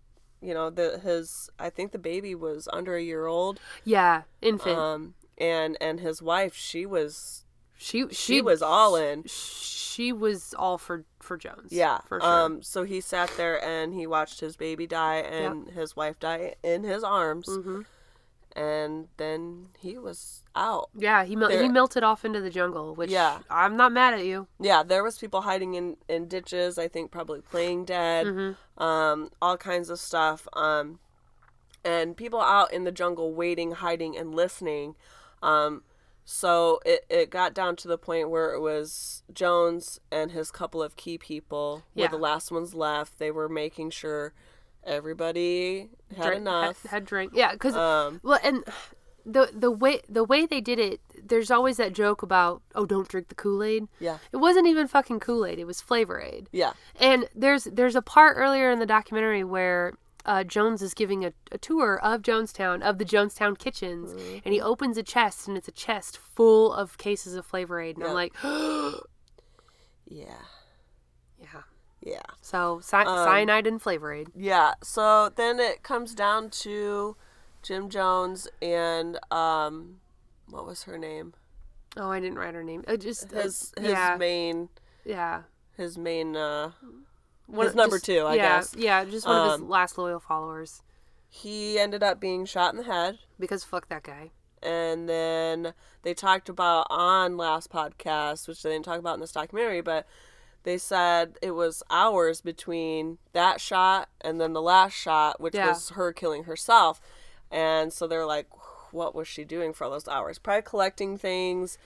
S4: you know, the his, I think the baby was under a year old,
S3: Yeah. Infant.
S4: um, and and his wife, she was,
S3: she, she,
S4: she was all in.
S3: She was all for, for Jones.
S4: Yeah.
S3: For sure.
S4: Um, so he sat there and he watched his baby die and his wife die in his arms.
S3: Mhm.
S4: And then he was out.
S3: yeah. He, mel- he
S4: there-
S3: melted off into the jungle, which
S4: Yeah.
S3: I'm not mad at you.
S4: Yeah, there was people hiding in, in ditches, I think probably playing dead,
S3: Mm-hmm.
S4: um, all kinds of stuff. Um, and people out in the jungle waiting, hiding, and listening. Um, so it, it got down to the point where it was Jones and his couple of key people were
S3: Yeah.
S4: the last ones left. They were making sure everybody had
S3: drink-
S4: enough.
S3: Had, had drink. Yeah, because
S4: Um,
S3: well, and the the way the way they did it, there's always that joke about oh, don't drink the Kool Aid.
S4: yeah,
S3: It wasn't even fucking Kool Aid. It was Flavor Aid.
S4: yeah,
S3: And there's there's a part earlier in the documentary where uh, Jones is giving a, a tour of Jonestown of the Jonestown kitchens,
S4: Mm.
S3: and he opens a chest, and it's a chest full of cases of Flavor Aid, and I'm
S4: Yeah.
S3: like,
S4: yeah,
S3: yeah.
S4: yeah. Um,
S3: So cy- cyanide and Flavor Aid.
S4: Yeah. So then it comes down to Jim Jones and um, what was her name?
S3: Oh, I didn't write her name. It just
S4: His his
S3: yeah,
S4: main
S3: yeah.
S4: his main uh,
S3: One-
S4: his number
S3: just-
S4: two, I
S3: yeah,
S4: guess.
S3: Yeah, just one of his
S4: Um,
S3: last loyal followers
S4: He ended up being shot in the head,
S3: because fuck that guy.
S4: and then they talked about on last podcast, which they didn't talk about in this documentary, but. They said it was hours between that shot and then the last shot, which
S3: Yeah.
S4: was her killing herself. And so they're like, what was she doing for all those hours? Probably collecting things,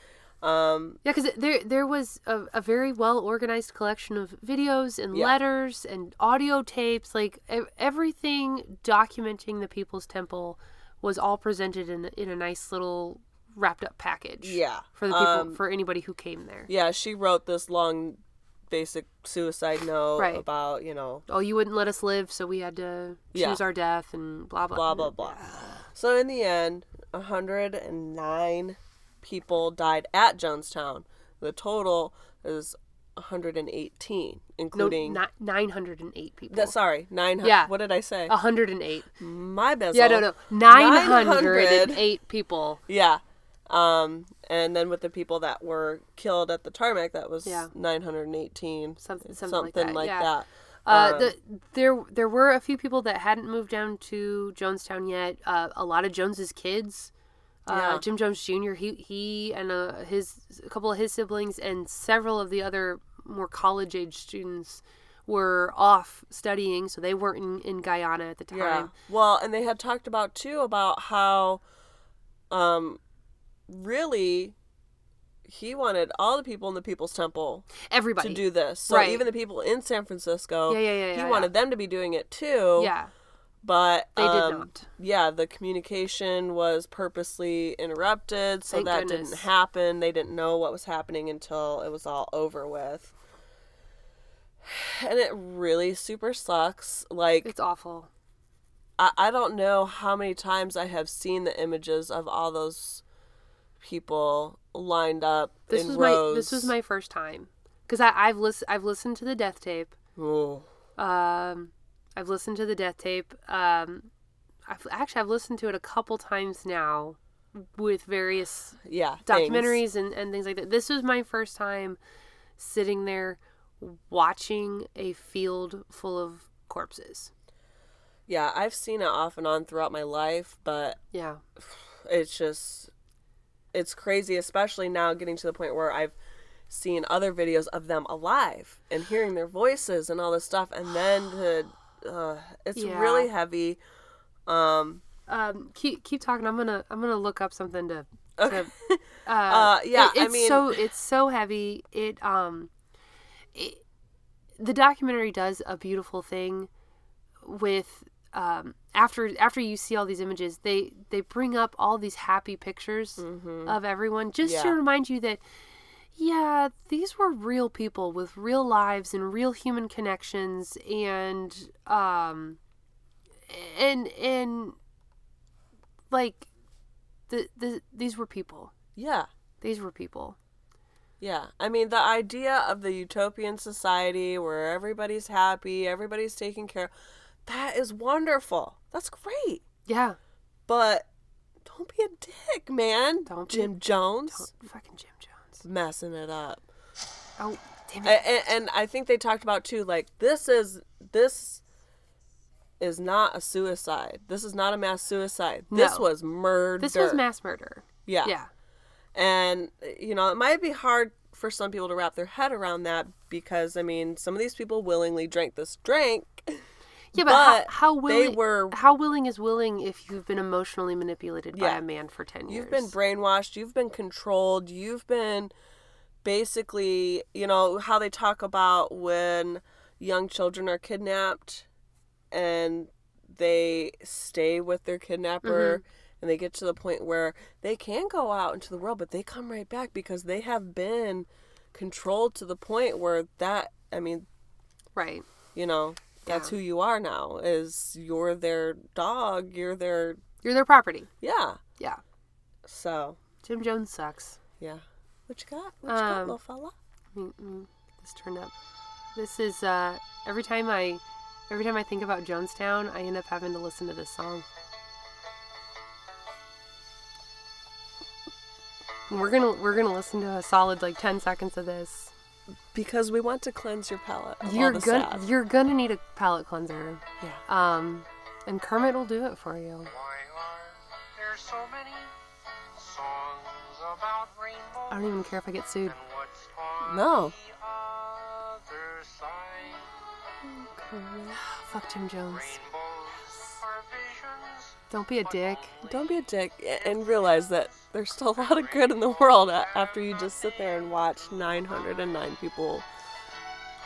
S3: Yeah, because there there was a, a very well organized collection of videos and
S4: Yeah.
S3: letters and audio tapes, like e- everything documenting the People's Temple was all presented in in a nice little wrapped up package.
S4: Yeah,
S3: for the people
S4: um,
S3: for anybody who came there.
S4: yeah, she wrote this long, basic suicide note
S3: Right.
S4: about you know
S3: Oh, you wouldn't let us live, so we had to choose
S4: Yeah.
S3: our death and blah blah
S4: blah blah blah. So in the end, 109 people died at Jonestown. The total is 118,
S3: No,
S4: including
S3: not nine hundred and eight people.
S4: that. Sorry, 900.
S3: Yeah.
S4: What did I say?
S3: hundred and eight.
S4: My bezel.
S3: Yeah, no, no. 908 people.
S4: Yeah. Um, and then with the people that were killed at the tarmac, that was
S3: Yeah.
S4: 918.
S3: Something- something like that, yeah.
S4: that.
S3: Uh,
S4: Um,
S3: the, there, there were a few people that hadn't moved down to Jonestown yet. Uh, a lot of Jones's kids. Uh,
S4: Yeah.
S3: Jim Jones Jr. He he and uh, his a couple of his siblings and several of the other more college age students were off studying, so they weren't in, in Guyana at the time.
S4: Yeah. Well, and they had talked about too about how um really he wanted all the people in the People's Temple
S3: Everybody.
S4: to do this. So
S3: Right.
S4: even the people in San Francisco,
S3: Yeah, yeah, yeah,
S4: he
S3: yeah,
S4: wanted them to be doing it too.
S3: yeah,
S4: But
S3: they did
S4: um,
S3: not.
S4: Yeah, the communication was purposely interrupted, so
S3: Thank
S4: that
S3: goodness.
S4: didn't happen. They didn't know what was happening until it was all over with. And it really super sucks. Like
S3: It's awful.
S4: I, I don't know how many times I have seen the images of all those people lined up
S3: This
S4: in
S3: was
S4: rows.
S3: my this was my first time because I I've lis- I've listened to the death tape.
S4: Ooh.
S3: Um, I've listened to the death tape. Um, I've actually I've listened to it a couple times now with various
S4: yeah things.
S3: documentaries and, and things like that. This was my first time sitting there watching a field full of corpses.
S4: Yeah, I've seen it off and on throughout my life, but
S3: Yeah.
S4: it's just it's crazy, especially now getting to the point where I've seen other videos of them alive and hearing their voices and all this stuff, and then the uh, it's
S3: Yeah.
S4: really heavy. Um,
S3: Um, keep keep talking. I'm gonna I'm gonna look up something to.
S4: Okay.
S3: to
S4: uh, yeah,
S3: It- it's
S4: I mean,
S3: so it's so heavy. It um, it, the documentary does a beautiful thing with um after after you see all these images, they they bring up all these happy pictures of everyone just to
S4: Mm-hmm. Yeah.
S3: remind you that yeah, these were real people with real lives and real human connections and um and and like the, the these were people.
S4: Yeah.
S3: These were people.
S4: Yeah. I mean, the idea of the utopian society where everybody's happy, everybody's taken care of, that is wonderful. That's great.
S3: Yeah.
S4: But don't be a dick, man.
S3: Don't be-
S4: Jim Jones
S3: Fucking Jim Jones.
S4: messing it up.
S3: Oh, damn it.
S4: and, and I think they talked about too, like this is this is not a suicide. This is not a mass suicide. This
S3: No.
S4: was murder.
S3: This was mass murder.
S4: Yeah.
S3: Yeah.
S4: And you know, it might be hard for some people to wrap their head around that because I mean, some of these people willingly drank this drink.
S3: Yeah, but,
S4: But
S3: how, how
S4: they
S3: willing
S4: were-
S3: how willing is willing if you've been emotionally manipulated by
S4: Yeah.
S3: a man for 10 years.
S4: You've been brainwashed, you've been controlled, you've been basically, you know, how they talk about when young children are kidnapped and they stay with their kidnapper and they get to the point where they can go out into the world, but they come right back because they have been controlled to the point where that, I mean,
S3: right.
S4: you know, that's who you are now is you're their dog, you're their,
S3: You're their property.
S4: yeah.
S3: Yeah.
S4: So,
S3: Jim Jones sucks.
S4: Yeah. What you got? What you got,
S3: Um,
S4: little fella?
S3: Mm, mm, This turned up. This is uh every time I every time I think about Jonestown, I end up having to listen to this song. And We're gonna we're gonna listen to a solid like ten seconds of this.
S4: Because we want to cleanse your palate. Of all
S3: You're
S4: the
S3: gonna
S4: sad.
S3: you're gonna need a palate cleanser.
S4: Yeah.
S3: Um, and Kermit will do it for you.
S5: Why are there so many songs about rainbows?
S3: I don't even care if I get sued.
S5: And what's on
S4: No.
S5: the other side?
S3: Fuck Jim Jones.
S5: Rainbows are visions.
S3: Don't be a dick.
S4: Don't be a dick a- and realize that there's still a lot of good in the world a- after you just sit there and watch 909 people.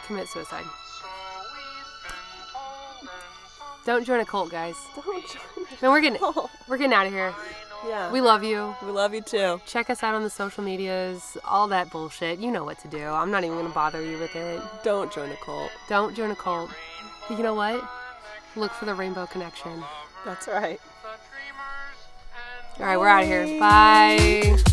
S3: Commit suicide.
S5: So we've been told and some
S3: Don't join a cult, guys.
S4: Don't join us.
S3: No, we're getting
S4: Oh,
S3: we're getting out of here.
S4: yeah.
S3: We
S4: We,
S3: love you.
S4: we love you too.
S3: Check us out on the social medias, all that bullshit. You know what to do. I'm not even gonna bother you with it.
S4: Don't join a cult.
S3: Don't join a cult. But you know what? Look for the rainbow connection.
S4: That's right.
S5: the dreamers and
S3: All right, we're out of here. Bye.